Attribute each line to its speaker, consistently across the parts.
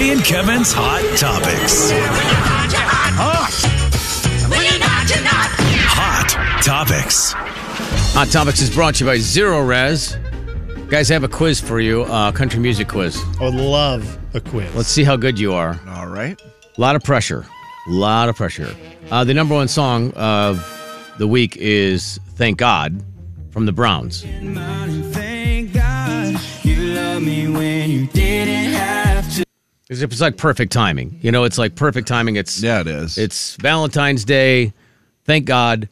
Speaker 1: Jody and Kevin's Hot Topics. Hot Topics.
Speaker 2: Hot Topics is brought to you by Zero Res. Guys, I have a quiz for you, uh, country music quiz.
Speaker 3: I would love a quiz.
Speaker 2: Let's see how good you are.
Speaker 4: All right.
Speaker 2: A lot of pressure. A lot of pressure. Uh, the number one song of the week is Thank God from the Browns.
Speaker 5: Thank God you love me when you didn't have to.
Speaker 2: It's it's like perfect timing. You know, it's like perfect timing. It's
Speaker 4: Yeah, it is.
Speaker 2: It's Valentine's Day. Thank God.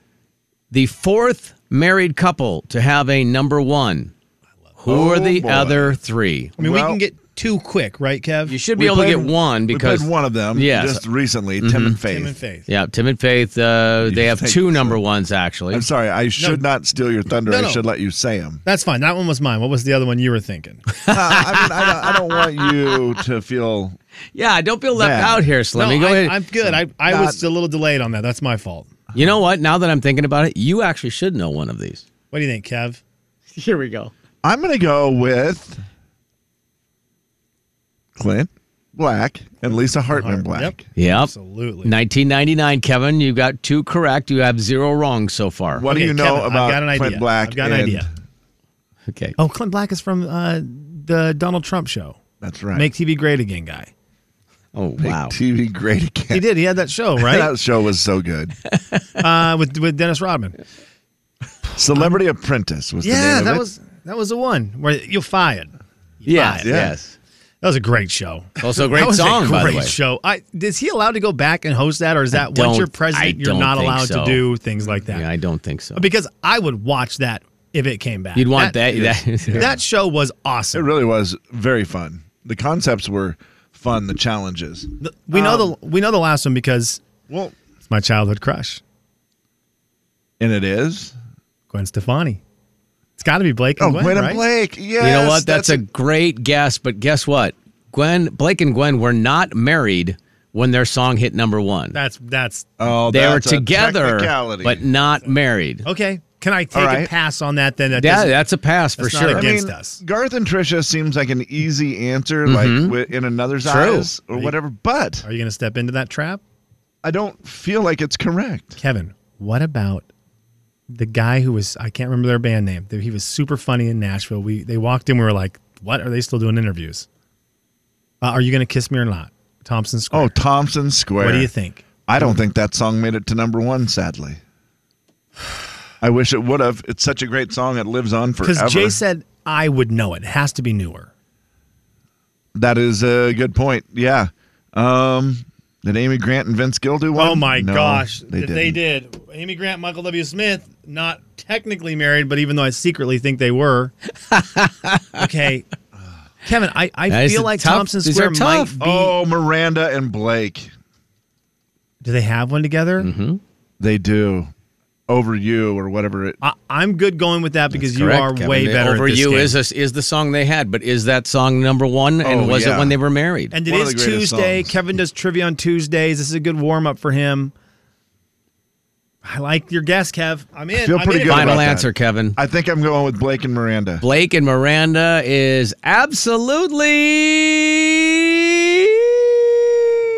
Speaker 2: The fourth married couple to have a number one. Who are the
Speaker 4: Oh, boy.
Speaker 2: other three?
Speaker 3: I mean, we
Speaker 4: Well-
Speaker 3: can get two quick, right, Kev?
Speaker 2: You should be
Speaker 4: We
Speaker 2: able
Speaker 4: played-
Speaker 2: to get one because
Speaker 4: we played one of them
Speaker 2: Yes.
Speaker 4: just recently, Tim and Faith.
Speaker 3: Tim and Faith.
Speaker 2: Yeah, Tim and Faith. Uh, they have
Speaker 4: think
Speaker 2: two
Speaker 4: so?
Speaker 2: number ones actually.
Speaker 4: I'm sorry, I should not steal your thunder.
Speaker 3: No, no.
Speaker 4: I should let you say them.
Speaker 3: That's fine. That one was mine. What was the other one you were thinking?
Speaker 4: Uh, I, mean, I, don't, I don't want you to feel.
Speaker 2: Yeah, don't feel left
Speaker 4: Man.
Speaker 2: out here, Slimmy.
Speaker 3: No,
Speaker 2: Go
Speaker 3: I,
Speaker 2: ahead.
Speaker 3: I'm good. I, I was a little delayed on that. That's my fault.
Speaker 2: you know what? Now that I'm thinking about it, you actually should know one of these.
Speaker 3: What do you think, Kev?
Speaker 2: Here we go.
Speaker 4: I'm going to go with Clint Black and Lisa Hartman Black.
Speaker 3: Yep.
Speaker 2: Yep.
Speaker 3: Absolutely.
Speaker 2: 1999, Kevin. You got two correct. You have zero wrong so far.
Speaker 4: What
Speaker 3: Okay,
Speaker 4: do you know
Speaker 3: Kevin, I've
Speaker 4: about
Speaker 3: got an idea.
Speaker 4: Clint Black?
Speaker 3: I've got an
Speaker 4: and-
Speaker 3: idea.
Speaker 2: Okay.
Speaker 3: Oh, Clint Black is from uh, the Donald Trump show.
Speaker 4: That's right.
Speaker 3: Make TV Great Again guy.
Speaker 2: Oh
Speaker 4: Make
Speaker 2: wow.
Speaker 4: TV great again.
Speaker 3: He did. He had that show, right?
Speaker 4: That show was so good.
Speaker 3: uh, with with Dennis Rodman.
Speaker 4: Celebrity Apprentice was the name
Speaker 3: Yeah,
Speaker 4: of
Speaker 3: that
Speaker 4: it.
Speaker 3: was that was the one where you're fired.
Speaker 2: Yes.
Speaker 4: Yeah.
Speaker 2: Yes.
Speaker 3: That was a great show.
Speaker 2: Also a great
Speaker 3: that was
Speaker 2: song,
Speaker 3: A great
Speaker 2: by the way.
Speaker 3: show. I, is he allowed to go back and host that, or is that
Speaker 2: don't-
Speaker 3: once you're
Speaker 2: I
Speaker 3: president, you're
Speaker 2: don't
Speaker 3: not
Speaker 2: think
Speaker 3: allowed
Speaker 2: so.
Speaker 3: to do things like that?
Speaker 2: Yeah, I don't think so.
Speaker 3: because I would watch that if it came back.
Speaker 2: You'd want that. that,
Speaker 3: That show was
Speaker 4: It
Speaker 3: awesome.
Speaker 4: really was very fun. The concepts were fun. The challenges.
Speaker 3: The- we know
Speaker 4: um,
Speaker 3: the we know the last one because
Speaker 4: Well,
Speaker 3: it's my childhood crush,
Speaker 4: and it is.
Speaker 3: Gwen Stefani. It's got to be Blake. And
Speaker 4: Oh,
Speaker 3: Gwen,
Speaker 4: Gwen
Speaker 3: right?
Speaker 4: and Blake. Yes,
Speaker 2: you know what? That's, a great guess. But guess what? Gwen, Blake, and Gwen were not married when their song hit number one.
Speaker 3: That's that's
Speaker 4: Oh,
Speaker 2: they were
Speaker 4: that's a
Speaker 2: together,
Speaker 4: technicality.
Speaker 2: but not married.
Speaker 3: okay. Can I take
Speaker 4: All
Speaker 3: a
Speaker 4: right.
Speaker 3: pass on that? Then that
Speaker 2: Yeah,
Speaker 3: doesn't-
Speaker 2: that's a pass for
Speaker 3: That's not a
Speaker 2: sure.
Speaker 4: I
Speaker 3: against
Speaker 4: mean,
Speaker 3: us. Mm-hmm.
Speaker 4: Garth and Trisha seems like an easy answer, like wi- in another's
Speaker 2: True.
Speaker 4: eyes or whatever. But
Speaker 3: Are you going to step into that trap,
Speaker 4: I don't feel like it's correct.
Speaker 3: Kevin? What about the guy who was I can't remember their band name. He was super funny in Nashville. We they walked in. We were like, what are they still doing interviews? Uh, are you going to kiss me or not, Thompson Square?
Speaker 4: Oh, Thompson Square.
Speaker 3: what do you hmm. think?
Speaker 4: I don't think that song made it to number one. Sadly, I wish it would have. It's such a great song. It lives on
Speaker 3: Because
Speaker 4: forever.
Speaker 3: Jay said I would know it. It Has to be newer.
Speaker 4: That is a good point. Yeah. Um, did Amy Grant and Vince Gill do one?
Speaker 3: Oh my
Speaker 4: No,
Speaker 3: gosh!
Speaker 4: They
Speaker 3: if
Speaker 4: did.
Speaker 3: they did, Amy Grant, Michael W. Smith, not technically married, but even though I secretly think they were. okay, Kevin, I,
Speaker 2: That
Speaker 3: I
Speaker 2: is
Speaker 3: feel
Speaker 2: a
Speaker 3: like
Speaker 2: tough-
Speaker 3: Thompson
Speaker 2: these
Speaker 3: Square
Speaker 2: are
Speaker 3: might
Speaker 2: tough.
Speaker 3: be.
Speaker 4: Oh, Miranda and Blake.
Speaker 3: Do they have one together?
Speaker 2: Mm-hmm.
Speaker 4: They do. Over you or whatever it.
Speaker 3: I, I'm good going with that because you
Speaker 2: Correct,
Speaker 3: are
Speaker 2: Kevin.
Speaker 3: way
Speaker 2: The
Speaker 3: better.
Speaker 2: Over
Speaker 3: at this
Speaker 2: You
Speaker 3: game.
Speaker 2: is a, is the song they had, but is that song number one? and
Speaker 4: Oh,
Speaker 2: was it
Speaker 4: yeah.
Speaker 2: when they were married?
Speaker 3: and it
Speaker 4: one of
Speaker 3: is
Speaker 4: the greatest
Speaker 3: Tuesday.
Speaker 4: songs.
Speaker 3: Kevin does trivia on Tuesdays. This is a good warm up for him. I like your guess, Kev. I'm in.
Speaker 4: feel
Speaker 3: I'm
Speaker 4: pretty
Speaker 3: in
Speaker 4: good
Speaker 3: about
Speaker 4: about
Speaker 2: Final
Speaker 4: that.
Speaker 2: answer, Kevin.
Speaker 4: I think I'm going with Blake and Miranda.
Speaker 2: Blake and Miranda is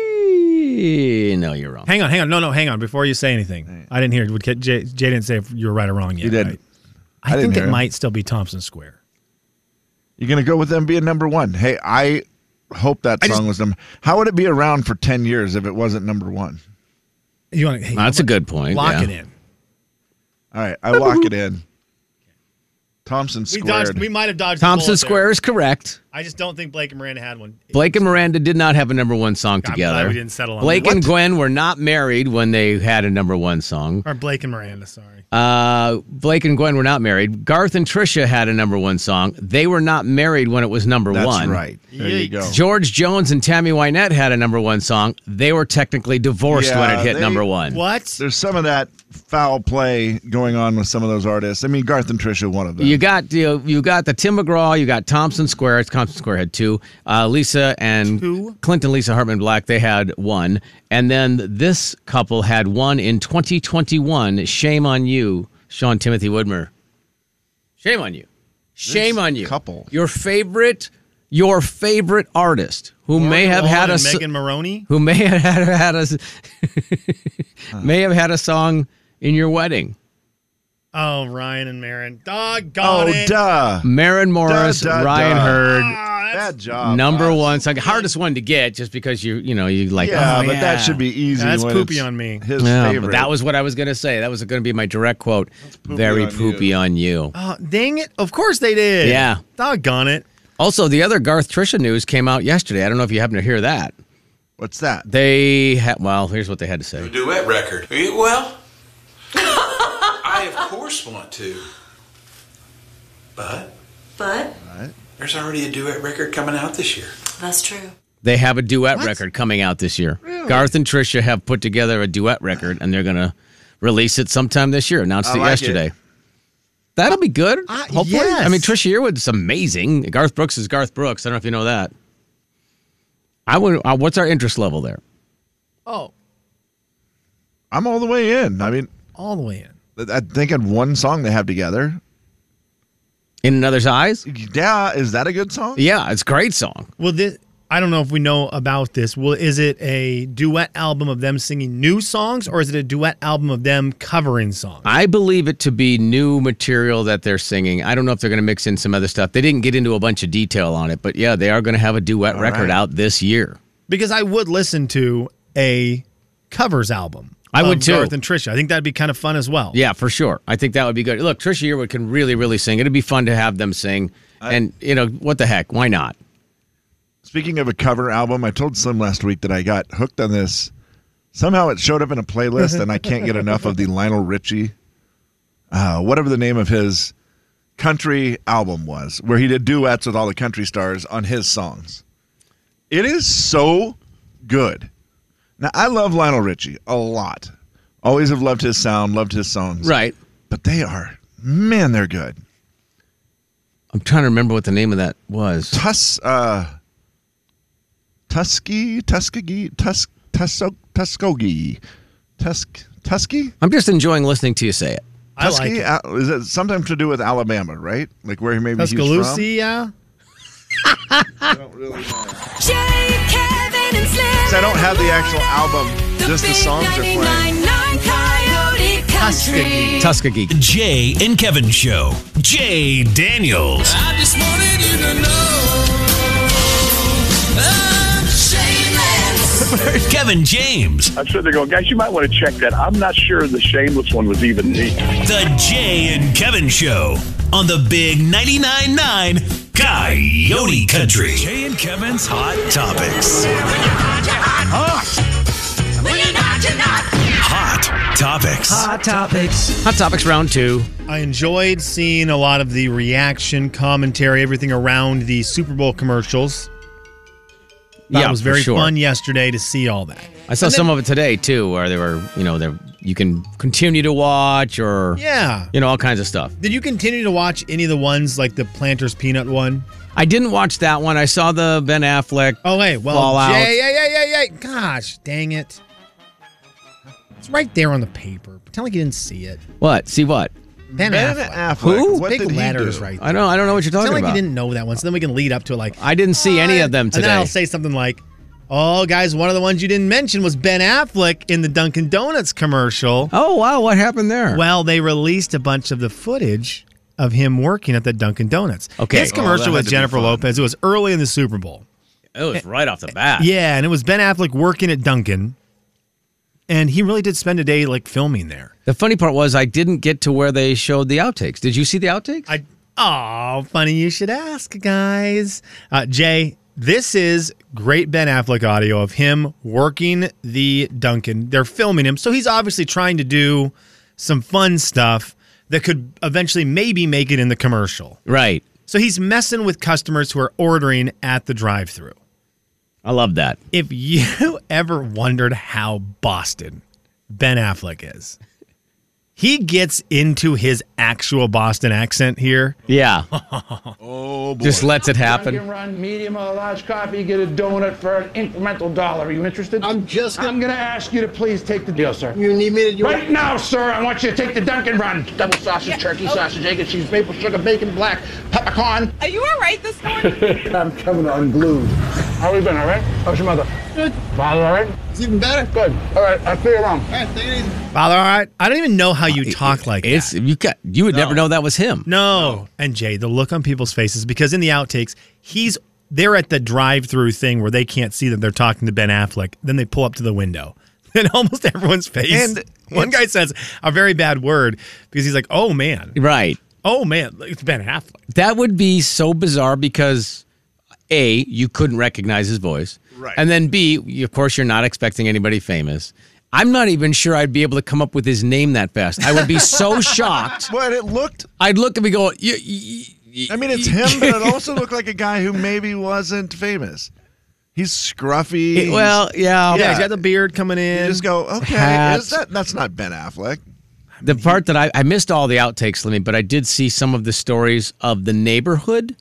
Speaker 2: absolutely. No, you're wrong.
Speaker 3: Hang on, hang on. No, no, hang on. Before you say anything, I didn't hear. Would Jay, Jay didn't say if you were right or wrong yet.
Speaker 4: You did.
Speaker 3: right? I,
Speaker 4: I didn't
Speaker 3: think
Speaker 4: hear
Speaker 3: it
Speaker 4: him.
Speaker 3: might still be Thompson Square.
Speaker 4: You're gonna go with them being number one. Hey, I hope that
Speaker 3: I
Speaker 4: song
Speaker 3: just-
Speaker 4: was number. How would it be around for ten years if it wasn't number one?
Speaker 3: You want? Hey,
Speaker 2: That's a good point.
Speaker 3: Lock
Speaker 2: yeah.
Speaker 3: it in.
Speaker 4: All right, I lock it in. Thompson
Speaker 3: We
Speaker 4: squared.
Speaker 3: dodged. We might have dodged. the
Speaker 2: Thompson
Speaker 3: bullet
Speaker 2: Square is correct.
Speaker 3: There. I just don't think Blake and Miranda had one.
Speaker 2: Blake and Miranda did not have a number one song
Speaker 3: glad
Speaker 2: together.
Speaker 3: we didn't settle on
Speaker 2: Blake
Speaker 3: that.
Speaker 2: and Gwen were not married when they had a number one song.
Speaker 3: Or Blake and Miranda. Sorry.
Speaker 2: Uh, Blake and Gwen were not married. Garth and Trisha had a number one song. They were not married when it was number
Speaker 4: That's
Speaker 2: one.
Speaker 4: right. There you go.
Speaker 2: George Jones and Tammy Wynette had a number one song. They were technically divorced
Speaker 4: Yeah,
Speaker 2: when it hit
Speaker 4: they-
Speaker 2: number one.
Speaker 3: What?
Speaker 4: There's some of that foul play going on with some of those artists. I mean, Garth and Trisha, one of them.
Speaker 2: You got you, you got the Tim McGraw, you got Thompson Square. It's Thompson Square had two. Uh, Lisa and
Speaker 3: Two?
Speaker 2: Clinton, Lisa Hartman Black, they had one, and then this couple had one in 2021. Shame on you, Sean Timothy Woodmer. Shame on you. Shame
Speaker 4: This
Speaker 2: on you.
Speaker 4: couple.
Speaker 2: Your favorite your favorite artist who may have had a s-
Speaker 3: Megan Maroney.
Speaker 2: who may have had, had a s- may have had a song in your wedding.
Speaker 3: Oh, Ryan and Marin. Doggone
Speaker 4: Oh,
Speaker 3: it.
Speaker 4: duh.
Speaker 2: Marin Morris,
Speaker 4: duh,
Speaker 2: Ryan
Speaker 4: duh.
Speaker 2: Hurd,
Speaker 3: Ah, that's-
Speaker 4: Bad job.
Speaker 2: number
Speaker 4: Oz.
Speaker 2: one song, hardest one to get, just because you you know you like.
Speaker 4: Yeah,
Speaker 2: "Oh,
Speaker 4: but that should be easy.
Speaker 3: That's
Speaker 4: when
Speaker 3: poopy
Speaker 4: it's
Speaker 3: on me.
Speaker 4: His
Speaker 2: Yeah, but
Speaker 4: favorite.
Speaker 2: that was what I was gonna say. That was going to be my direct quote.
Speaker 4: poopy
Speaker 2: Very
Speaker 4: on
Speaker 2: poopy
Speaker 4: you.
Speaker 2: on you.
Speaker 3: Oh, dang it. Of course they did.
Speaker 2: Yeah.
Speaker 3: Doggone it.
Speaker 2: Also, the other Garth Trisha news came out yesterday. I don't know if you happen to hear that.
Speaker 4: What's that?
Speaker 2: They had well, here's what they had to say.
Speaker 6: duet record. Eh, Well, I of course want to, but
Speaker 7: But
Speaker 6: there's already a duet record coming out this year.
Speaker 7: that's true.
Speaker 2: They have a duet record coming out this year. Garth and Trisha have put together a duet record, and they're gonna release it sometime this year. Announced
Speaker 4: I
Speaker 2: it
Speaker 4: like
Speaker 2: yesterday.
Speaker 4: it.
Speaker 2: That'll be good.
Speaker 3: Uh,
Speaker 2: hopefully, I
Speaker 3: yes.
Speaker 2: mean Trisha Yearwood's amazing. Garth Brooks is Garth Brooks. I don't know if you know that. I would. Uh, what's our interest level there?
Speaker 3: Oh,
Speaker 4: I'm all the way in. I mean,
Speaker 3: all the way in.
Speaker 4: I think in one song they have together.
Speaker 2: In another's eyes?
Speaker 4: Yeah, is that a good song?
Speaker 2: Yeah, it's a great song.
Speaker 3: Well, this, I don't know if we know about this. Well, is it a duet album of them singing new songs or is it a duet album of them covering songs?
Speaker 2: I believe it to be new material that they're singing. I don't know if they're going to mix in some other stuff. They didn't get into a bunch of detail on it, but yeah, they are going to have a duet record
Speaker 4: right.
Speaker 2: out this year.
Speaker 3: Because I would listen to a covers album.
Speaker 2: I would
Speaker 3: of
Speaker 2: too.
Speaker 3: Garth and Trisha. I think that'd be kind of fun as well.
Speaker 2: Yeah, for sure. I think that would be good. Look, Trisha Yearwood can really, really sing. It'd be fun to have them sing. and you know what the heck? Why not?
Speaker 4: Speaking of a cover album, I told Slim last week that I got hooked on this. Somehow it showed up in a playlist, and I can't get enough of the Lionel Richie, uh, whatever the name of his country album was, where he did duets with all the country stars on his songs. It is so good. Now, I love Lionel Richie a lot. Always have loved his sound, loved his songs.
Speaker 2: Right.
Speaker 4: But they are, man, they're good.
Speaker 2: I'm trying to remember what the name of that was.
Speaker 4: Tus uh Tuskegee Tuskegee Tusk Tusk Tuskegee Tusk Tuskegee
Speaker 2: I'm just enjoying listening to you say it.
Speaker 3: I like
Speaker 4: Tuskegee
Speaker 3: it.
Speaker 4: Al- is it something to do with Alabama, right? Like where he maybe he's
Speaker 3: Tuscaloosa.
Speaker 4: from. I don't really know. 'Cause
Speaker 7: Jay, Kevin, and Slim.
Speaker 4: I don't have the actual album, just the songs are playing.
Speaker 7: Coyote
Speaker 3: Tuskegee.
Speaker 2: Tuskegee.
Speaker 1: Jay and Kevin Show. Jay Daniels.
Speaker 5: I just wanted you to
Speaker 1: Kevin James.
Speaker 8: I'm sure they're going, guys, you might want to check that. I'm not sure the shameless one was even me.
Speaker 1: The Jay and Kevin Show on the Big 99.9 9 Coyote Country. Jay and Kevin's Hot Topics. Hot Topics. Hot.
Speaker 2: Hot topics round two.
Speaker 3: I enjoyed seeing a lot of the reaction, commentary, everything around the Super Bowl commercials. That
Speaker 2: yeah,
Speaker 3: was
Speaker 2: for
Speaker 3: very
Speaker 2: sure.
Speaker 3: fun yesterday to see all that.
Speaker 2: I saw some of it today too, where they were, you know, there you can continue to watch or
Speaker 3: Yeah.
Speaker 2: you know all kinds of stuff.
Speaker 3: Did you continue to watch any of the ones like the Planters Peanut one?
Speaker 2: I didn't watch that one. I saw the Ben Affleck.
Speaker 3: Oh, hey, well,
Speaker 2: Fallout.
Speaker 3: Yeah, yeah, yeah, yeah, yeah. Gosh, dang it. It's right there on the paper. Pretend like you didn't see it.
Speaker 2: What? See what?
Speaker 3: Ben,
Speaker 4: Ben
Speaker 3: Affleck.
Speaker 4: Affleck.
Speaker 2: Who?
Speaker 4: What
Speaker 3: Big
Speaker 4: did he
Speaker 3: letters
Speaker 4: do?
Speaker 3: right there.
Speaker 2: I don't. I don't know what you're talking
Speaker 3: Pretend like
Speaker 2: about.
Speaker 3: you didn't know that one, so then we can lead up to it like,
Speaker 2: I didn't see any of them
Speaker 3: And then
Speaker 2: today.
Speaker 3: I'll say something like, "Oh, guys, one of the ones you didn't mention was Ben Affleck in the Dunkin' Donuts commercial."
Speaker 2: oh wow! What happened there?
Speaker 3: Well, they released a bunch of the footage of him working at the Dunkin' Donuts.
Speaker 2: Okay.
Speaker 3: his
Speaker 2: Oh,
Speaker 3: commercial
Speaker 4: that had
Speaker 3: with
Speaker 4: to be
Speaker 3: Jennifer
Speaker 4: fun.
Speaker 3: Lopez. It was early in the Super Bowl.
Speaker 2: it was right off the bat.
Speaker 3: Yeah, and it was Ben Affleck working at Dunkin', and he really did spend a day like filming there.
Speaker 2: The funny part was I didn't get to where they showed the outtakes. Did you see the outtakes?
Speaker 3: I oh, funny you should ask, guys. Uh, Jay, this is great Ben Affleck audio of him working the Duncan. They're filming him, so he's obviously trying to do some fun stuff that could eventually maybe make it in the commercial.
Speaker 2: right.
Speaker 3: So he's messing with customers who are ordering at the drive-through.
Speaker 2: I love that.
Speaker 3: If you ever wondered how Boston Ben Affleck is, He gets into his actual Boston accent here.
Speaker 2: Yeah.
Speaker 4: Oh boy.
Speaker 2: Just lets it happen.
Speaker 9: run, medium or large coffee, get a donut for an incremental dollar. Are you interested? I'm just. I'm gonna ask you to please take the deal, sir. You need me to do right now, sir. I want you to take the Dunkin' Run. Double sausage, turkey sausage, egg and cheese, maple sugar, bacon, black, peppercorn.
Speaker 10: Are you all right this morning?
Speaker 9: I'm coming unglued. How you been? All right? How's your mother? Good. Father, all right? It's even better. Good. All right. I'll clear your room.
Speaker 3: Father, all right. I don't even know how you talk like
Speaker 2: It's
Speaker 3: that.
Speaker 2: you got you would never know that was him.
Speaker 3: No. And Jay, the look on people's faces because in the outtakes, he's they're at the drive-through thing where they can't see that they're talking to Ben Affleck. Then they pull up to the window. And almost everyone's face.
Speaker 4: And
Speaker 3: one guy says a very bad word because he's like, "Oh man,
Speaker 2: Right.
Speaker 3: oh man, it's Ben Affleck."
Speaker 2: That would be so bizarre because A, you couldn't recognize his voice.
Speaker 4: Right.
Speaker 2: And then B, you- of course you're not expecting anybody famous. I'm not even sure I'd be able to come up with his name that fast. I would be so shocked.
Speaker 4: But it looked.
Speaker 2: I'd look at me go, "You- you- you-
Speaker 4: I mean, it's him, but it also looked like a guy who maybe wasn't famous. He's scruffy.
Speaker 2: It- well, yeah.
Speaker 3: Yeah, he's got the beard coming in.
Speaker 4: you just go, okay,
Speaker 2: Hat.
Speaker 4: is that that's not Ben Affleck?
Speaker 2: The part that I, I missed all the outtakes, Lemmy, but I did see some of the stories of the neighborhood.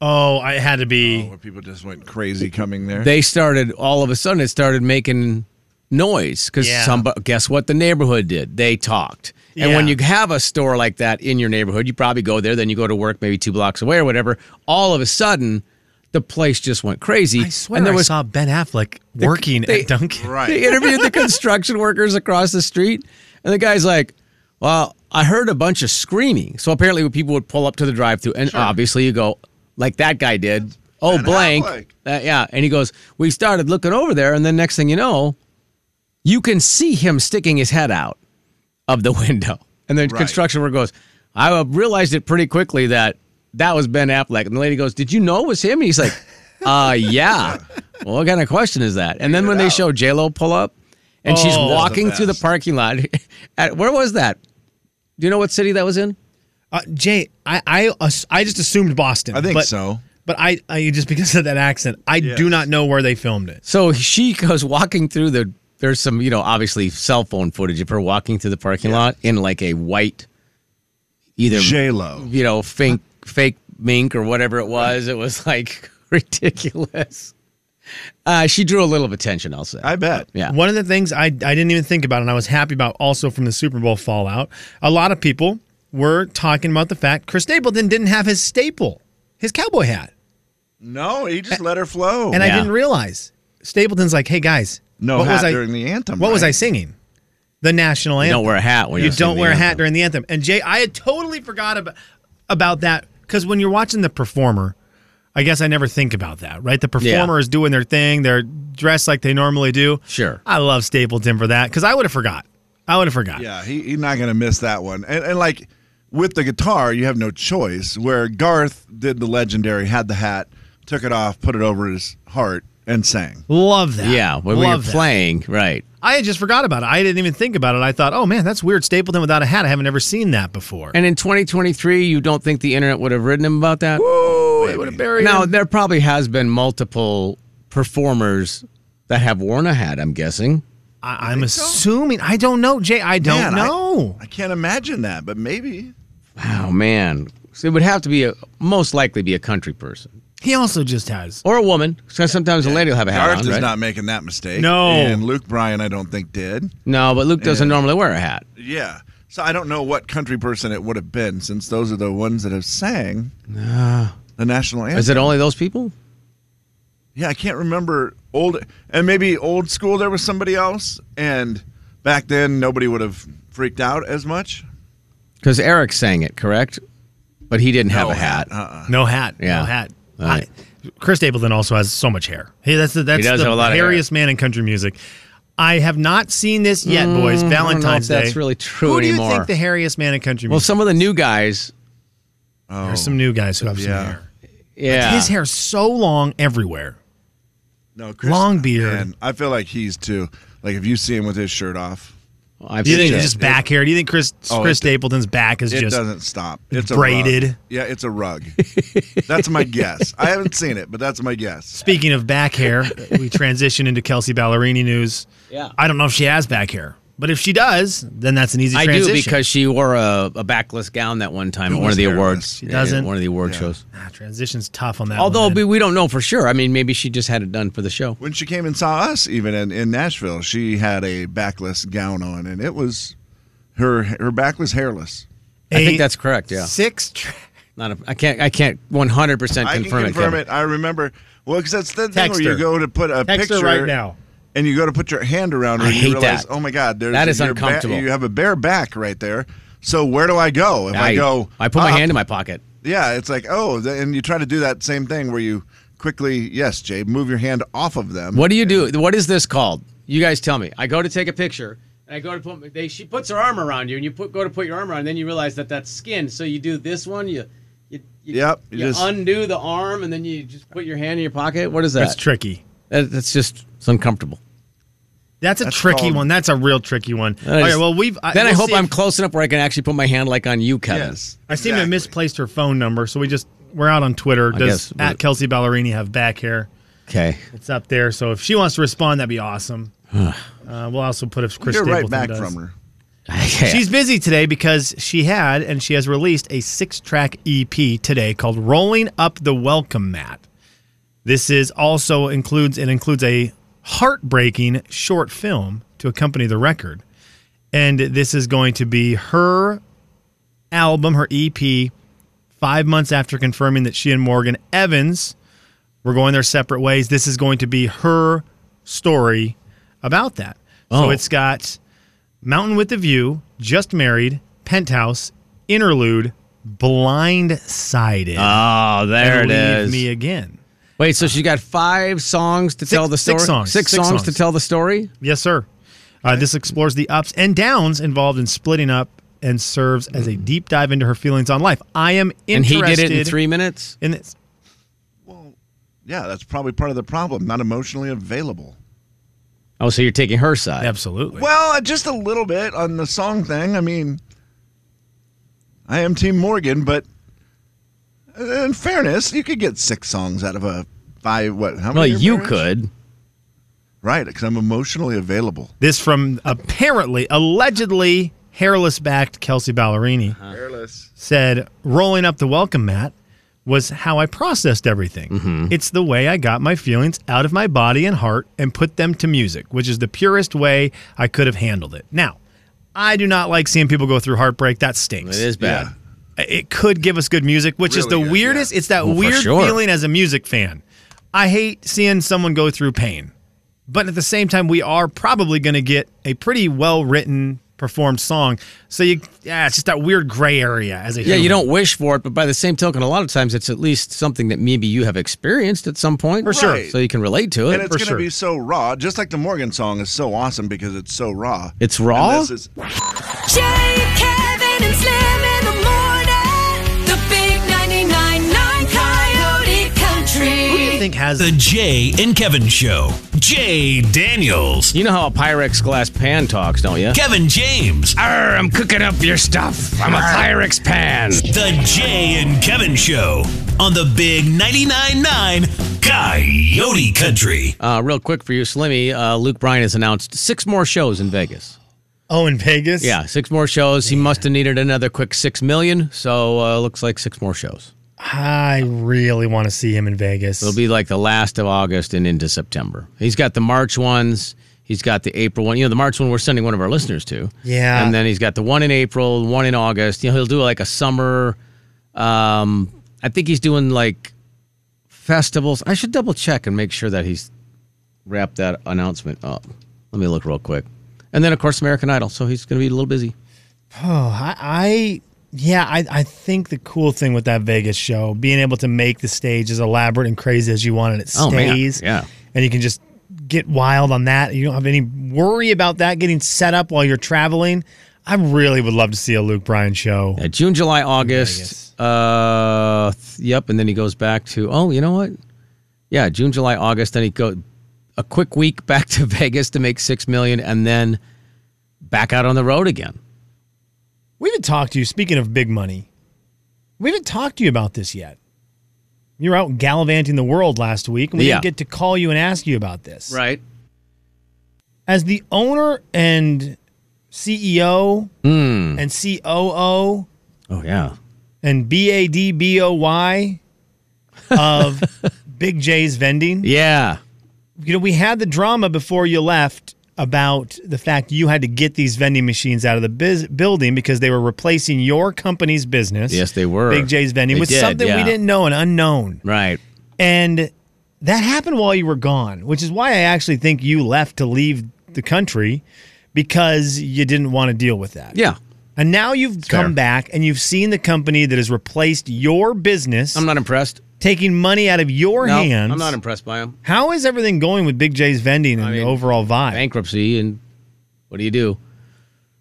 Speaker 3: oh, I had to be.
Speaker 4: Where people just went crazy coming there.
Speaker 2: They started all of a sudden. It started making noise because
Speaker 3: Yeah.
Speaker 2: somebody. Guess what? The neighborhood did. They talked. And when
Speaker 3: Yeah.
Speaker 2: you have a store like that in your neighborhood, you probably go there. Then you go to work, maybe two blocks away or whatever. All of a sudden, the place just went crazy.
Speaker 3: I swear,
Speaker 2: and there
Speaker 3: I
Speaker 2: was
Speaker 3: saw Ben Affleck working
Speaker 2: they-
Speaker 3: at Dunkin'.
Speaker 4: right.
Speaker 2: They interviewed the construction workers across the street, and the guy's like, "Well, I heard a bunch of screaming." So apparently, people would pull up to the drive-through, and obviously, you go like that guy did. Oh,
Speaker 4: Ben
Speaker 2: blank,
Speaker 4: Affleck.
Speaker 2: Uh, yeah. And he goes, "We started looking over there, and then next thing you know, you can see him sticking his head out of the window." And the
Speaker 4: Right.
Speaker 2: construction worker goes, "I realized it pretty quickly that that was Ben Affleck." And the lady goes, "Did you know it was him?" And he's like, "Uh, yeah." well, what kind of question is that? And then when they
Speaker 4: out.
Speaker 2: show J Lo pull up, and she's
Speaker 3: Oh.
Speaker 2: walking
Speaker 4: That's the
Speaker 2: through the
Speaker 4: best.
Speaker 2: parking lot. At, where was that? Do you know what city that was in?
Speaker 3: Uh, Jay, I I, ass- I just assumed Boston.
Speaker 4: I think
Speaker 3: but-
Speaker 4: so.
Speaker 3: But I, I just because of that accent, I do not know where they filmed it.
Speaker 2: So she goes walking through the. There's some, you know, obviously cell phone footage of her walking through the parking lot in like a white, either
Speaker 4: J Lo.
Speaker 2: you know, fake fake mink or whatever it was. It was like ridiculous. Uh, she drew a little of attention, I'll say.
Speaker 4: I bet.
Speaker 2: yeah.
Speaker 3: One of the things I I didn't even think about, and I was happy about also from the Super Bowl fallout. A lot of people were talking about the fact Chris Stapleton didn't have his staple, his cowboy hat,
Speaker 4: No, he just let her flow.
Speaker 3: and I
Speaker 2: Yeah.
Speaker 3: didn't realize Stapleton's like, hey guys,
Speaker 4: no
Speaker 3: what
Speaker 4: hat
Speaker 3: was I
Speaker 4: during the anthem.
Speaker 3: what was
Speaker 4: right?
Speaker 3: I singing? The national
Speaker 2: You
Speaker 3: anthem.
Speaker 2: don't wear a hat when
Speaker 3: you
Speaker 2: you're
Speaker 3: don't
Speaker 2: singing the
Speaker 3: wear a hat
Speaker 2: anthem.
Speaker 3: during the anthem. And Jay, I had totally forgot about about that because when you're watching the performer, I guess I never think about that, right? The performer is doing their thing; they're dressed like they normally do.
Speaker 2: Sure.
Speaker 3: I love Stapleton for that because I would have forgot. I would have forgot.
Speaker 4: Yeah, he, he's not going to miss that one. And, and like with the guitar, you have no choice. Where Garth did the legendary, had the hat, took it off, put it over his heart, and sang.
Speaker 3: Love that.
Speaker 2: Yeah, when we were
Speaker 3: love that.
Speaker 2: playing, right.
Speaker 3: I had just forgot about it. I didn't even think about it. I thought, oh man, that's weird. Stapleton without a hat. I haven't ever seen that before.
Speaker 2: And in 2023, you don't think the internet would have written him about that?
Speaker 3: oh, it would have buried.
Speaker 2: Now,
Speaker 3: him.
Speaker 2: there probably has been multiple performers that have worn a hat, I'm guessing.
Speaker 3: I, I'm assuming. I don't know, Jay. I don't
Speaker 4: Man, I-
Speaker 3: know.
Speaker 4: I can't imagine that, but maybe.
Speaker 2: Oh, man. So it would have to be a, most likely be a country person
Speaker 3: he also just has.
Speaker 2: or a woman. So sometimes a lady will have a hat
Speaker 4: Garth
Speaker 2: on,
Speaker 4: is
Speaker 2: right?
Speaker 4: not making that mistake.
Speaker 3: No.
Speaker 4: And Luke Bryan, I don't think, did.
Speaker 2: no, but Luke doesn't
Speaker 4: Yeah.
Speaker 2: normally wear a hat.
Speaker 4: Yeah. So I don't know what country person it would have been since those are the ones that have sang the national anthem.
Speaker 2: Is it only those people?
Speaker 4: Yeah, I can't remember old and maybe old school. There was somebody else, and back then nobody would have freaked out as much.
Speaker 2: Because Eric sang it, correct? But he didn't have
Speaker 4: No
Speaker 2: a hat.
Speaker 4: Uh-uh.
Speaker 3: No uh, hat.
Speaker 2: Yeah.
Speaker 3: No hat.
Speaker 2: All right.
Speaker 3: I- Chris Stapleton also has so much hair. Hey, that's the, that's
Speaker 2: He does
Speaker 3: the
Speaker 2: have a lot of hair.
Speaker 3: hairiest man in country music. I have not seen this yet, boys.
Speaker 2: Mm, I don't know if
Speaker 3: Valentine's Day.
Speaker 2: that's really true
Speaker 3: Who
Speaker 2: anymore.
Speaker 3: do you think the hairiest man in country
Speaker 2: well,
Speaker 3: music?
Speaker 2: some of the new guys,
Speaker 4: Oh.
Speaker 3: There's some new guys who have some
Speaker 4: Yeah.
Speaker 3: hair.
Speaker 2: yeah.
Speaker 3: His hair's so long everywhere.
Speaker 4: no, Chris,
Speaker 3: long beard.
Speaker 4: Man, I feel like he's too. Like if you see him with his shirt off,
Speaker 2: I've
Speaker 3: Do you think
Speaker 2: seen
Speaker 3: it's
Speaker 2: it.
Speaker 3: just back hair? Do you think Chris
Speaker 4: Oh,
Speaker 3: Chris
Speaker 4: it-
Speaker 3: Stapleton's back is
Speaker 4: it
Speaker 3: just
Speaker 4: doesn't stop. It's A
Speaker 3: braided.
Speaker 4: rug. Yeah, it's a rug. that's my guess. I haven't seen it, but that's my guess.
Speaker 3: Speaking of back hair, we transition into Kelsey Ballerini news.
Speaker 2: Yeah.
Speaker 3: I don't know if she has back hair, But if she does, then that's an easy
Speaker 2: I
Speaker 3: transition.
Speaker 2: do because she wore a, a backless gown that one time at one
Speaker 4: was
Speaker 2: of the
Speaker 4: hairless?
Speaker 2: awards.
Speaker 4: She
Speaker 2: yeah,
Speaker 3: doesn't?
Speaker 2: One of the award
Speaker 4: Yeah.
Speaker 2: shows.
Speaker 3: Ah, transition's tough on that.
Speaker 2: Although
Speaker 3: one,
Speaker 2: we, we don't know for sure. I mean, maybe she just had it done for the show.
Speaker 4: When she came and saw us, even in, in Nashville, she had a backless gown on, and it was her her back was hairless.
Speaker 2: I think that's correct. Yeah.
Speaker 3: six. Tra-
Speaker 2: Not. A, I can't. I can't. One hundred percent
Speaker 4: I
Speaker 2: confirm
Speaker 4: can confirm
Speaker 2: Kevin.
Speaker 4: it. I remember. Well, because that's the thing
Speaker 3: Text
Speaker 4: where you
Speaker 3: her.
Speaker 4: go to put a
Speaker 3: Text her
Speaker 4: picture
Speaker 3: right now.
Speaker 4: and you go to put your hand around her,
Speaker 2: I
Speaker 4: and you
Speaker 2: hate
Speaker 4: realize,
Speaker 2: that.
Speaker 4: oh my God, there's
Speaker 2: That is
Speaker 4: your ba-
Speaker 2: uncomfortable.
Speaker 4: you have a bare back right there. So where do I go? If I, go,
Speaker 2: I put my
Speaker 4: up,
Speaker 2: hand in my pocket.
Speaker 4: Yeah, it's like oh, th- and you try to do that same thing where you quickly, yes, Jay, move your hand off of them.
Speaker 2: What do you do? What is this called? You guys tell me. I go to take a picture. And I go to put. They, she puts her arm around you, and you put, go to put your arm around, and then you realize that that's skin. So you do this one. You, you, you
Speaker 4: Yep, you
Speaker 2: You,
Speaker 4: just-
Speaker 2: undo the arm, and then you just put your hand in your pocket. What is that?
Speaker 3: That's tricky.
Speaker 2: That- that's just it's uncomfortable.
Speaker 3: That's a
Speaker 4: That's
Speaker 3: tricky
Speaker 4: called-
Speaker 3: one. That's a real tricky one.
Speaker 2: Then
Speaker 3: All
Speaker 2: I
Speaker 3: right.
Speaker 2: just-
Speaker 3: Well, we've. I,
Speaker 2: then I
Speaker 3: we'll
Speaker 2: hope
Speaker 3: see
Speaker 2: I'm
Speaker 3: if-
Speaker 2: close enough where I can actually put my hand like on you, Kevin.
Speaker 4: Yes,
Speaker 3: I seem to have
Speaker 4: exactly.
Speaker 3: misplaced her phone number, so we just we're out on Twitter. Does
Speaker 2: guess we-
Speaker 3: at Kelsey Ballerini have back hair?
Speaker 2: Okay.
Speaker 3: It's up there. So if she wants to respond, that'd be awesome. uh, we'll also put if Chris
Speaker 4: You're right
Speaker 3: Stapleton
Speaker 4: back
Speaker 3: does.
Speaker 4: from her.
Speaker 3: She's busy today because she had and she has released a six track EP today called Rolling Up the Welcome Mat. This is also includes it includes a heartbreaking short film to accompany the record. And this is going to be her album, her E EP, five months after confirming that she and Morgan Evans were going their separate ways. This is going to be her story about that. So
Speaker 2: Oh.
Speaker 3: it's got Mountain with the View, Just Married, Penthouse, Interlude, Blindsided.
Speaker 2: Oh, there it
Speaker 3: and Leave
Speaker 2: is.
Speaker 3: Me again.
Speaker 2: Wait, so she got five songs to tell the story.
Speaker 3: six songs.
Speaker 2: Six,
Speaker 3: Six
Speaker 2: songs, to
Speaker 3: songs.
Speaker 2: tell the story.
Speaker 3: Yes, sir. Uh, this explores the ups and downs involved in splitting up and serves as a deep dive into her feelings on life. I am
Speaker 2: Hmm. And he
Speaker 3: interested
Speaker 2: did it in three minutes.
Speaker 3: in this.
Speaker 4: Yeah, that's probably part of the problem. Not emotionally available.
Speaker 2: Oh, so you're taking her side.
Speaker 3: Absolutely.
Speaker 4: Well, uh, just a little bit on the song thing. I mean, I am Team Morgan, but uh, in fairness, you could get six songs out of a five. What? How many?
Speaker 2: Well,
Speaker 4: year
Speaker 2: you
Speaker 4: marriage?
Speaker 2: could.
Speaker 4: Right, because I'm emotionally available.
Speaker 3: This from apparently, allegedly hairless backed Kelsey Ballerini
Speaker 2: Uh-huh.
Speaker 3: said, rolling up the welcome mat was how I processed everything.
Speaker 2: Mm-hmm.
Speaker 3: It's the way I got my feelings out of my body and heart and put them to music, which is the purest way I could have handled it. Now, I do not like seeing people go through heartbreak.
Speaker 2: It
Speaker 3: That stinks.
Speaker 2: is bad.
Speaker 4: Yeah.
Speaker 3: It could give us good music, which is
Speaker 4: Really
Speaker 3: the
Speaker 4: good,
Speaker 3: weirdest.
Speaker 4: yeah.
Speaker 3: It's that
Speaker 2: Well, for
Speaker 3: weird
Speaker 2: sure.
Speaker 3: feeling as a music fan. I hate seeing someone go through pain. But at the same time, we are probably going to get a pretty well written performed song. So you, yeah, it's just that weird gray area as a
Speaker 2: Yeah, you
Speaker 3: human.
Speaker 2: don't wish for it, but by the same token, a lot of times it's at least something that maybe you have experienced at some point. For
Speaker 4: sure. Right.
Speaker 2: So you can relate to
Speaker 4: And
Speaker 2: it.
Speaker 4: it's
Speaker 3: For
Speaker 4: going to
Speaker 3: sure.
Speaker 4: be so raw, just like the Morgan song is so awesome because it's so raw.
Speaker 2: It's raw?
Speaker 4: And this is-
Speaker 7: Jay, Kevin, and Slim in the morning. The big 99.9 Coyote
Speaker 3: Who do you
Speaker 7: Country.
Speaker 3: think has
Speaker 1: The Jay and Kevin Show. Jay Daniels.
Speaker 2: You know how a Pyrex glass pan talks, don't you?
Speaker 1: Kevin James.
Speaker 2: Arr, I'm cooking up your stuff. I'm a Pyrex pan.
Speaker 1: The Jay and Kevin Show on the Big 99.9 9 Coyote Country.
Speaker 2: Uh, real quick for you, Slimmy, uh, Luke Bryan has announced six more shows in Vegas.
Speaker 3: Oh, in Vegas?
Speaker 2: Yeah, six more shows. He must have needed another quick six million, so uh, looks like six more shows.
Speaker 3: I really want to see him in Vegas.
Speaker 2: It'll be like the last of August and into September. He's got the March ones. He's got the April one. You know, the March one we're sending one of our listeners to.
Speaker 3: Yeah.
Speaker 2: And then he's got the one in April, one in August. You know, he'll do like a summer. Um, I think he's doing like festivals. I should double check and make sure that he's wrapped that announcement up. Let me look real quick. And then of course American Idol. So he's going to be a little busy.
Speaker 3: Oh, I, I yeah, I, I think the cool thing with that Vegas show, being able to make the stage as elaborate and crazy as you want, and it
Speaker 2: Oh, man.
Speaker 3: stays.
Speaker 2: Yeah.
Speaker 3: And you can just get wild on that. You don't have any worry about that getting set up while you're traveling. I really would love to see a Luke Bryan show.
Speaker 2: Yeah, Uh, June, July, August. Uh, th- yep, and then he goes back to oh, you know what? Yeah, June, July, August. Then he go a quick week back to Vegas to make six million, and then back out on the road again.
Speaker 3: We haven't talked to you. Speaking of big money, we haven't talked to you about this yet. You were out gallivanting the world last week, and we
Speaker 2: Yeah.
Speaker 3: didn't get to call you and ask you about this.
Speaker 2: Right.
Speaker 3: As the owner and CEO
Speaker 2: Hmm.
Speaker 3: and COO
Speaker 2: Oh yeah.
Speaker 3: and BADBOY of Big J's vending.
Speaker 2: Yeah.
Speaker 3: You know, we had the drama before you left about the fact you had to get these vending machines out of the biz- building because they were replacing your company's business.
Speaker 2: Yes, they were.
Speaker 3: Big J's vending
Speaker 2: They
Speaker 3: with
Speaker 2: did,
Speaker 3: something we
Speaker 2: yeah.
Speaker 3: didn't know and unknown.
Speaker 2: Right.
Speaker 3: And that happened while you were gone, which is why I actually think you left to leave the country because you didn't want to deal with that.
Speaker 2: Yeah.
Speaker 3: And now you've come
Speaker 4: fair.
Speaker 3: back and you've seen the company that has replaced your business,
Speaker 2: I'm not impressed.
Speaker 3: taking money out of your
Speaker 2: No,
Speaker 3: hands.
Speaker 2: I'm not impressed by him.
Speaker 3: How is everything going with Big J's vending and
Speaker 2: I mean,
Speaker 3: the overall vibe?
Speaker 2: Bankruptcy and what do you do?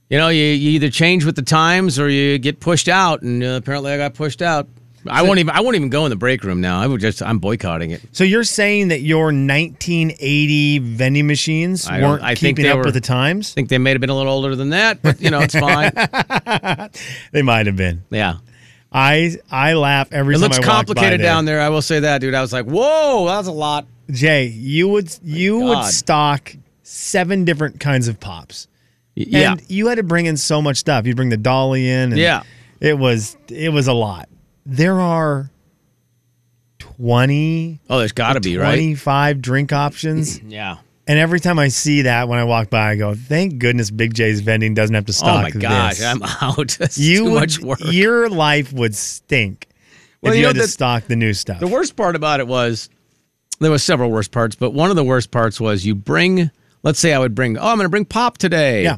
Speaker 2: You know, you, you either change with the times or you get pushed out. And uh, apparently, I got pushed out. I won't even. I won't even go in the break room now. I would just. I'm boycotting it.
Speaker 3: So you're saying that your 1980 vending machines
Speaker 2: I don't-
Speaker 3: weren't
Speaker 2: I think
Speaker 3: keeping
Speaker 2: they
Speaker 3: up
Speaker 2: were-
Speaker 3: with the
Speaker 2: I
Speaker 3: times?
Speaker 2: think they may have been a little older than that, but you know, it's fine.
Speaker 3: They might have been.
Speaker 2: Yeah.
Speaker 3: I I laugh every
Speaker 2: It
Speaker 3: time
Speaker 2: looks
Speaker 3: I walk by
Speaker 2: complicated
Speaker 3: there.
Speaker 2: down there. I will say that, dude. I was like, whoa, that was a lot.
Speaker 3: Jay, you would you would
Speaker 2: Oh God.
Speaker 3: stock seven different kinds of pops.
Speaker 2: Y- Yeah.
Speaker 3: And you had to bring in so much stuff. You'd bring the dolly in. And
Speaker 2: Yeah.
Speaker 3: It was it was a lot. There are 20,
Speaker 2: oh, there's got to be, right?
Speaker 3: 25 drink options.
Speaker 2: Yeah.
Speaker 3: and every time I see that when I walk by, I go, thank goodness Big J's vending doesn't have to
Speaker 2: Oh
Speaker 3: stock
Speaker 2: my gosh,
Speaker 3: this."
Speaker 2: I'm out. That's
Speaker 3: you
Speaker 2: too
Speaker 3: would,
Speaker 2: much work.
Speaker 3: Your life would stink
Speaker 2: Well,
Speaker 3: if
Speaker 2: you
Speaker 3: you,
Speaker 2: know
Speaker 3: had to
Speaker 2: that-
Speaker 3: stock the new stuff.
Speaker 2: The worst part about it was there was several worst parts, but one of the worst parts was you bring. Let's say I would bring. Oh, I'm going to bring pop today.
Speaker 3: Yeah.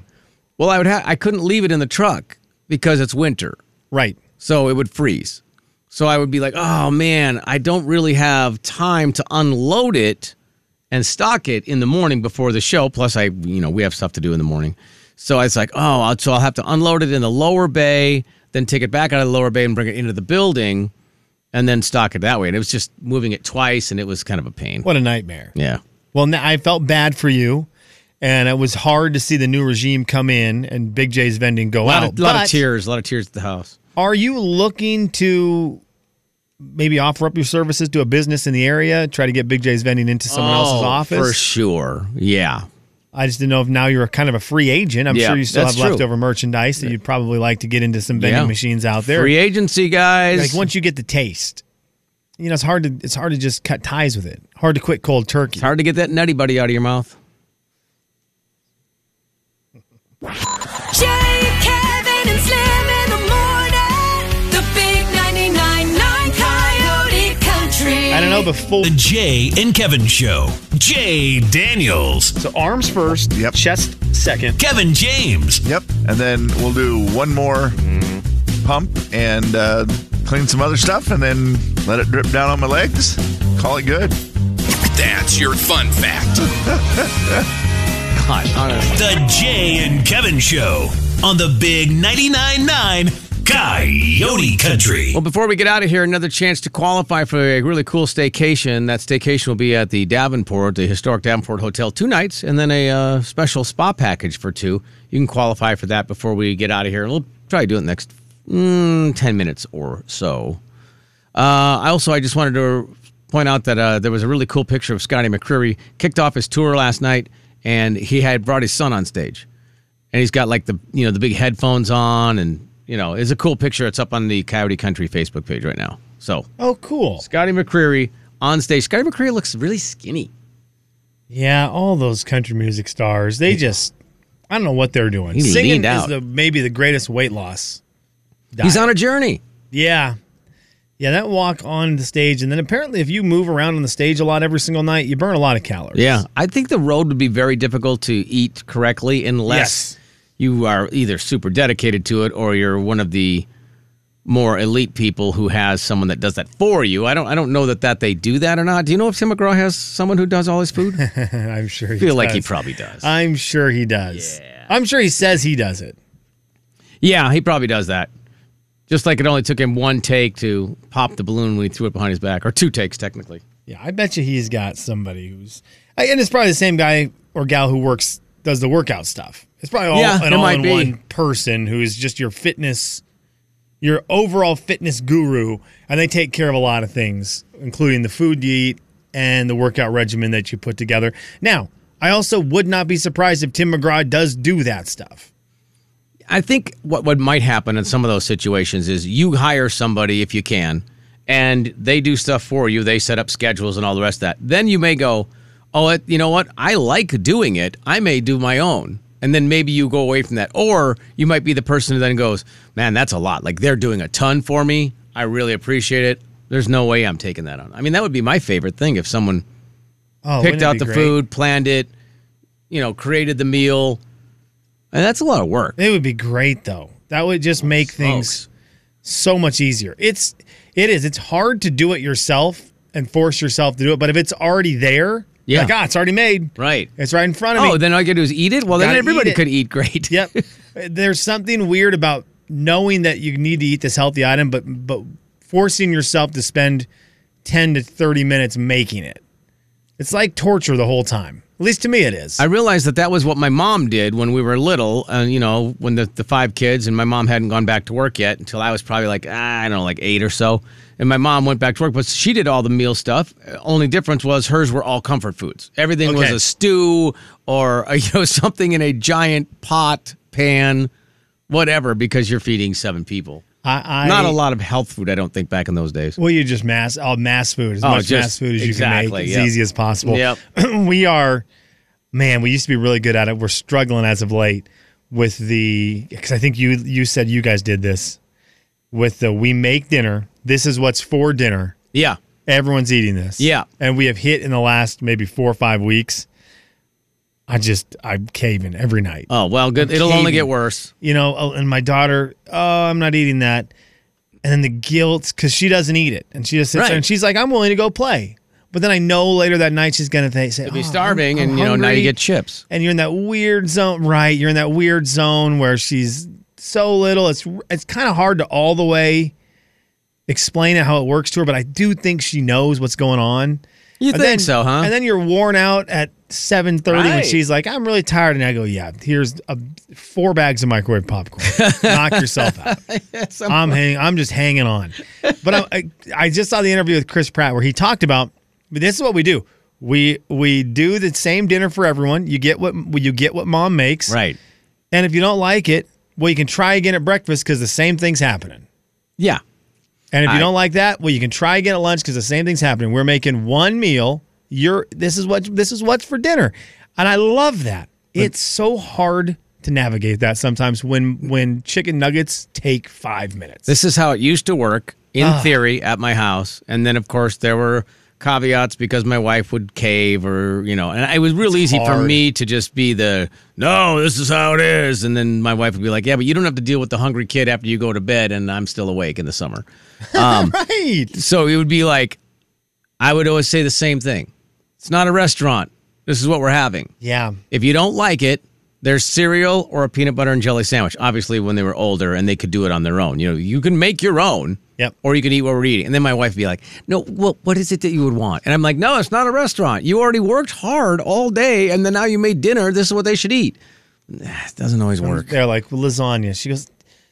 Speaker 2: Well, I would. Ha- I couldn't leave it in the truck because it's winter,
Speaker 3: right.
Speaker 2: so it would freeze. So I would be like, oh man, I don't really have time to unload it and stock it in the morning before the show. Plus, I you know we have stuff to do in the morning, so it's like, oh, I'll, so I'll have to unload it in the lower bay, then take it back out of the lower bay and bring it into the building, and then stock it that way. And it was just moving it twice, and it was kind of a pain.
Speaker 3: What a nightmare.
Speaker 2: Yeah,
Speaker 3: Well, now I felt bad for you, and it was hard to see the new regime come in and Big J's vending
Speaker 2: a
Speaker 3: go
Speaker 2: lot,
Speaker 3: out.
Speaker 2: of, lot of
Speaker 3: But
Speaker 2: tears, a lot of tears at the house.
Speaker 3: Are you looking to maybe offer up your services to a business in the area? Try to get Big J's vending into someone else's
Speaker 2: Oh,
Speaker 3: office.
Speaker 2: for sure. Yeah,
Speaker 3: I just didn't know if now you're a kind of a free agent. I'm
Speaker 2: Yeah,
Speaker 3: sure you still have
Speaker 2: that's true.
Speaker 3: leftover merchandise that you'd probably like to get into some vending
Speaker 2: Yeah.
Speaker 3: machines out there.
Speaker 2: free agency guys.
Speaker 3: like once you get the taste, you know it's hard to it's hard to just cut ties with it. Hard to quit cold turkey.
Speaker 2: it's hard to get that nutty buddy out of your mouth.
Speaker 7: Jay, Kevin, and Slim in the morning. The big 99.9 Coyote Country.
Speaker 3: I don't know, but full
Speaker 1: The Jay and Kevin Show. Jay Daniels,
Speaker 3: so arms first,
Speaker 4: Yep.
Speaker 3: chest second.
Speaker 1: Kevin James,
Speaker 4: Yep. And then we'll do one more pump and uh, clean some other stuff and then let it drip down on my legs. Call it good.
Speaker 10: That's your fun fact.
Speaker 2: God, honestly.
Speaker 1: The Jay and Kevin Show on the Big 99.9 Coyote Country.
Speaker 2: Well, before we get out of here, another chance to qualify for a really cool staycation. That staycation will be at the Davenport, the historic Davenport Hotel, two nights, and then a uh, special spa package for two. You can qualify for that before we get out of here. We'll try to do it in the next mm, 10 minutes or so. Uh, I also, I just wanted to point out that uh, there was a really cool picture of Scotty McCreery kicked off his tour last night, and he had brought his son on stage and he's got like the you know the big headphones on and you know it's a cool picture it's up on the coyote country facebook page right now so
Speaker 3: Oh, cool.
Speaker 2: scotty mccreery on stage scotty mccreery looks really skinny
Speaker 3: Yeah, all those country music stars, they just I don't know what they're doing.
Speaker 2: He
Speaker 3: Singing
Speaker 2: leaned
Speaker 3: is
Speaker 2: out.
Speaker 3: the maybe the greatest weight loss.
Speaker 2: he's
Speaker 3: diet.
Speaker 2: on a journey
Speaker 3: Yeah. Yeah, that walk on the stage. And then apparently, if you move around on the stage a lot every single night, you burn a lot of calories.
Speaker 2: yeah i think the road would be very difficult to eat correctly unless
Speaker 3: Yes.
Speaker 2: you are either super dedicated to it or you're one of the more elite people who has someone that does that for you i don't i don't know that that they do that or not do you know if tim mcgraw has someone who does all his food i
Speaker 3: I'm sure he
Speaker 2: feel like he
Speaker 3: does.
Speaker 2: probably does
Speaker 3: I'm sure he does. I'm sure he says he does it.
Speaker 2: Yeah, he probably does that. Just like it only took him one take to pop the balloon when he threw it behind his back, or two takes technically.
Speaker 3: Yeah, I bet you he's got somebody who's. I- And it's probably the same guy or gal who works, does the workout stuff. It's probably all,
Speaker 2: Yeah, it
Speaker 3: an all
Speaker 2: might
Speaker 3: in
Speaker 2: be.
Speaker 3: one person who is just your fitness, your overall fitness guru. And they take care of a lot of things, including the food you eat and the workout regimen that you put together. Now, I also would not be surprised if Tim McGraw does do that stuff.
Speaker 2: I think what what might happen in some of those situations is you hire somebody if you can, and they do stuff for you. They set up schedules and all the rest of that. Then you may go, oh, it, you know what? I like doing it. I may do my own. And then maybe you go away from that, or you might be the person who then goes, man, that's a lot. Like they're doing a ton for me. I really appreciate it. There's no way I'm taking that on. I mean, that would be my favorite thing if someone
Speaker 3: Oh, wouldn't
Speaker 2: picked
Speaker 3: it
Speaker 2: out
Speaker 3: be
Speaker 2: the
Speaker 3: great?
Speaker 2: food, planned it, you know, created the meal. And that's a lot of work.
Speaker 3: It would be great though. That would just make things so much easier. It's it is. It's hard to do it yourself and force yourself to do it, but if it's already there,
Speaker 2: Yeah.
Speaker 3: like, ah, it's already made.
Speaker 2: Right.
Speaker 3: It's right in front of me.
Speaker 2: Oh, then all you gotta do is eat it? Well, then
Speaker 3: Gotta
Speaker 2: everybody
Speaker 3: eat it.
Speaker 2: could eat great.
Speaker 3: Yep. There's something weird about knowing that you need to eat this healthy item, but but forcing yourself to spend ten to thirty minutes making it. It's like torture the whole time. At least to me, it is.
Speaker 2: I realized that that was what my mom did when we were little, and you know, when the, the five kids and my mom hadn't gone back to work yet until I was probably like ah, I don't know, like eight or so. And my mom went back to work, but she did all the meal stuff. Only difference was hers were all comfort foods. Everything was
Speaker 3: Okay.
Speaker 2: a stew or a, you know something in a giant pot, pan, whatever, because you're feeding seven people.
Speaker 3: I, I
Speaker 2: Not a lot of health food, I don't think, back in those days.
Speaker 3: Well, you just mass all mass food as
Speaker 2: Oh,
Speaker 3: much
Speaker 2: just-
Speaker 3: mass food as you can
Speaker 2: exactly,
Speaker 3: make
Speaker 2: yeah.
Speaker 3: as easy as possible.
Speaker 2: Yep.
Speaker 3: we are, man. We used to be really good at it. We're struggling as of late with the because I think you you said you guys did this with the we make dinner. This is what's for dinner.
Speaker 2: Yeah.
Speaker 3: Everyone's eating this.
Speaker 2: Yeah.
Speaker 3: and we have hit in the last maybe four or five weeks. I just I'm caving every night.
Speaker 2: Oh well, good.
Speaker 3: I'm
Speaker 2: It'll only
Speaker 3: caving.
Speaker 2: get worse.
Speaker 3: You know, oh, and my daughter, oh, I'm not eating that. And then the guilt because she doesn't eat it, and she just sits
Speaker 2: Right.
Speaker 3: there and she's like, I'm willing to go play. But then I know later that night she's gonna th- say,
Speaker 2: You'll be
Speaker 3: "Oh, I'm-
Speaker 2: starving,
Speaker 3: I'm
Speaker 2: and you know now you
Speaker 3: hungry."
Speaker 2: get chips.
Speaker 3: and you're in that weird zone, right? You're in that weird zone where she's so little. It's it's kind of hard to all the way explain it how it works to her, but I do think she knows what's going on.
Speaker 2: You
Speaker 3: And
Speaker 2: think
Speaker 3: then-
Speaker 2: so, huh?
Speaker 3: And then you're worn out at 7:30 when
Speaker 2: Right.
Speaker 3: she's like, "I'm really tired," and I go, "Yeah, here's a, four bags of microwave popcorn. Knock yourself out." I'm hanging. I'm just hanging on. But I, I, I just saw the interview with Chris Pratt where he talked about. But this is what we do. We we do the same dinner for everyone. You get what you get what mom makes.
Speaker 2: Right.
Speaker 3: And if you don't like it, well, you can try again at breakfast because the same thing's happening.
Speaker 2: Yeah.
Speaker 3: And if you
Speaker 2: I-
Speaker 3: don't like that, well, you can try again at lunch because the same thing's happening. We're making one meal. You're this is what this is what's for dinner, and I love that. It's so hard to navigate that sometimes when when chicken nuggets take five minutes.
Speaker 2: This is how it used to work in theory at my house. And then, of course, there were caveats because my wife would cave or, you know, and it was real easy for
Speaker 3: hard.
Speaker 2: me to just be the, no, this is how it is. And then my wife would be like, yeah, but you don't have to deal with the hungry kid after you go to bed and I'm still awake in the summer.
Speaker 3: right.
Speaker 2: So it would be like, I would always say the same thing it's not a restaurant. This is what we're having.
Speaker 3: Yeah.
Speaker 2: If you don't like it, there's cereal or a peanut butter and jelly sandwich. Obviously, when they were older and they could do it on their own. You know, you can make your own.
Speaker 3: Yep.
Speaker 2: Or you can eat what we're eating. And then my wife would be like, no, what, what is it that you would want? And I'm like, no, it's not a restaurant. You already worked hard all day and then now you made dinner. This is what they should eat. Nah, It doesn't always work.
Speaker 3: They're like lasagna. She goes.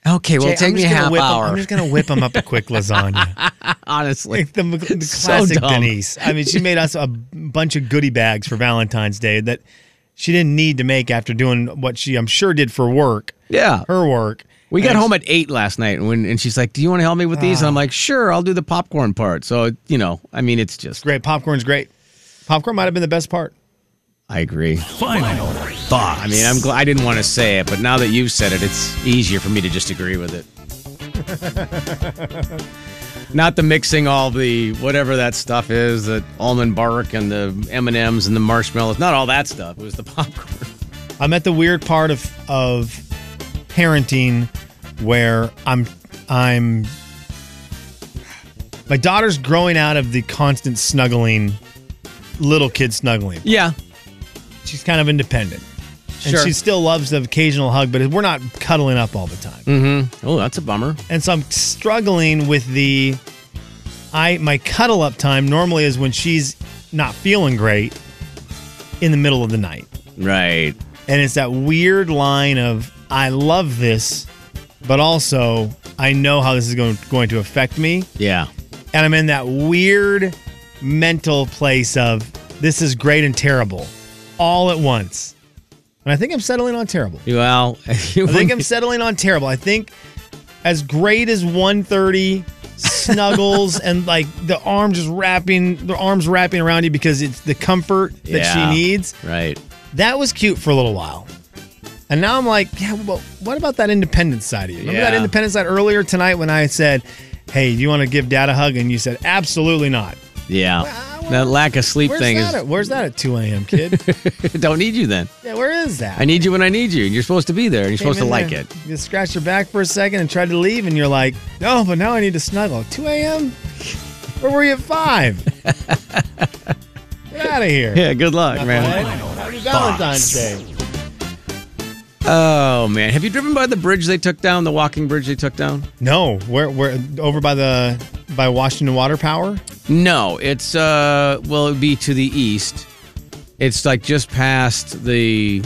Speaker 2: Okay, well,
Speaker 3: "Jay,
Speaker 2: take
Speaker 3: I'm
Speaker 2: me
Speaker 3: just
Speaker 2: a
Speaker 3: gonna
Speaker 2: half
Speaker 3: whip 'em-
Speaker 2: hour.
Speaker 3: I'm just gonna whip them up a quick lasagna.
Speaker 2: Honestly.
Speaker 3: Like the, the
Speaker 2: So
Speaker 3: classic
Speaker 2: dumb.
Speaker 3: Denise. I mean, she made us a bunch of goodie bags for Valentine's Day that she didn't need to make after doing what she, I'm sure, did for work.
Speaker 2: Yeah.
Speaker 3: her work.
Speaker 2: We got
Speaker 3: And
Speaker 2: home at eight last night, and when and she's like, "Do you want to help me with these?" and
Speaker 3: Ah.
Speaker 2: I'm like, "Sure, I'll do the popcorn part." So you know, I mean, it's just.
Speaker 3: Great popcorn's great. Popcorn might have been the best part.
Speaker 2: I agree.
Speaker 1: Final thoughts.
Speaker 2: I mean, I'm glad I didn't want to say it, but now that you've said it, it's easier for me to just agree with it. Not the mixing all the whatever that stuff is, the almond bark and the M and M's and the marshmallows. Not all that stuff. It was the popcorn.
Speaker 3: I'm at the weird part of of parenting where I'm I'm my daughter's growing out of the constant snuggling, little kid snuggling.
Speaker 2: Yeah,
Speaker 3: She's kind of independent.
Speaker 2: Sure.
Speaker 3: And she still loves the occasional hug, but we're not cuddling up all the time.
Speaker 2: Oh, that's a bummer.
Speaker 3: and so I'm struggling with the I my cuddle up time normally is when she's not feeling great in the middle of the night.
Speaker 2: Right.
Speaker 3: And it's that weird line of I love this, but also I know how this is going going to affect me.
Speaker 2: Yeah.
Speaker 3: And I'm in that weird mental place of this is great and terrible all at once. And I think I'm settling on terrible.
Speaker 2: Well,
Speaker 3: I think I'm settling on terrible. I think as great as 130 snuggles and like the arm just wrapping the arms wrapping around you because it's the comfort that
Speaker 2: Yeah,
Speaker 3: she needs.
Speaker 2: Right.
Speaker 3: That was cute for a little while. And now I'm like, yeah, well, what about that independence side of you? Remember that
Speaker 2: Yeah.
Speaker 3: independence side earlier tonight when I said, Hey, do you want to give dad a hug? And you said, Absolutely not.
Speaker 2: Yeah. that lack of sleep
Speaker 3: Where's
Speaker 2: thing
Speaker 3: that
Speaker 2: is.
Speaker 3: at? Where's that at 2 a.m., kid?
Speaker 2: don't need you then.
Speaker 3: yeah, where is that?
Speaker 2: I need you when I need you. and You're supposed to be there. and You're supposed to
Speaker 3: Came in
Speaker 2: like
Speaker 3: there,
Speaker 2: it.
Speaker 3: You scratch your back for a second and tried to leave, and you're like, no, but now I need to snuggle. 2 a.m.? Where were you at 5? Get out of here.
Speaker 2: Yeah. Good luck, man.
Speaker 3: Happy Valentine's Day.
Speaker 2: Oh man, have you driven by the bridge they took down? The walking bridge they took down?
Speaker 3: No, we're, we're over by the by Washington Water Power.
Speaker 2: No, it's uh, well, it'd be to the east. It's like just past the,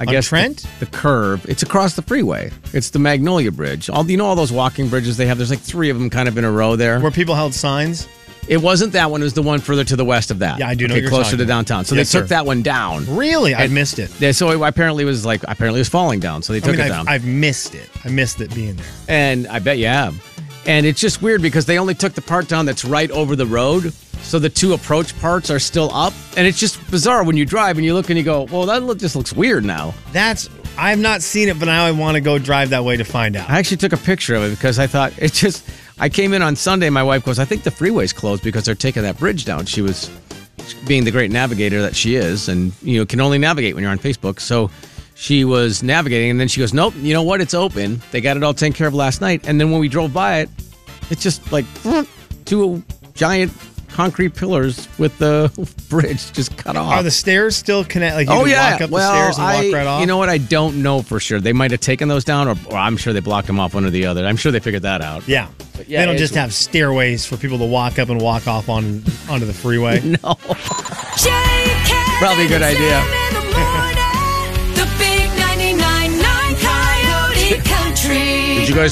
Speaker 2: I
Speaker 3: On
Speaker 2: guess the-
Speaker 3: Trent?
Speaker 2: the, curve. It's across the freeway. It's the Magnolia Bridge. All you know, all those walking bridges they have. There's like three of them kind of in a row there.
Speaker 3: Where people held signs.
Speaker 2: It wasn't that one. It was the one further to the west of that.
Speaker 3: Yeah, I do know
Speaker 2: Okay,
Speaker 3: what you're
Speaker 2: closer
Speaker 3: talking
Speaker 2: to
Speaker 3: about.
Speaker 2: downtown. So
Speaker 3: Yes,
Speaker 2: they
Speaker 3: sir.
Speaker 2: took that one down.
Speaker 3: Really? I
Speaker 2: And-
Speaker 3: missed it.
Speaker 2: Yeah, so it apparently was like apparently it was falling down. So they
Speaker 3: I
Speaker 2: took
Speaker 3: mean,
Speaker 2: it
Speaker 3: I've,
Speaker 2: down.
Speaker 3: I've missed it. I missed it being there.
Speaker 2: And I bet you have. And it's just weird because they only took the part down that's right over the road. So the two approach parts are still up. And it's just bizarre when you drive and you look and you go, well, that look, just looks weird now.
Speaker 3: That's, I've not seen it, but now I want to go drive that way to find out.
Speaker 2: I actually took a picture of it because I thought it just, I came in on Sunday. My wife goes, I think the freeway's closed because they're taking that bridge down. She was being the great navigator that she is and, you know, can only navigate when you're on Facebook. So she was navigating and then she goes, nope, you know what? It's open. They got it all taken care of last night. And then when we drove by it, It's just like two giant concrete pillars with the bridge just cut off.
Speaker 3: Are the stairs still connect? Like you
Speaker 2: oh
Speaker 3: can
Speaker 2: yeah,
Speaker 3: walk up
Speaker 2: well,
Speaker 3: the stairs and walk
Speaker 2: I,
Speaker 3: right off.
Speaker 2: you know what? I don't know for sure. They might have taken those down, or, or I'm sure they blocked them off one or the other. I'm sure they figured that out.
Speaker 3: Yeah.
Speaker 2: yeah,
Speaker 3: they don't
Speaker 2: it's-
Speaker 3: just have stairways for people to walk up and walk off on onto the freeway.
Speaker 2: No, probably a good idea.
Speaker 7: The big 99.9 Coyote Country.
Speaker 2: Did you guys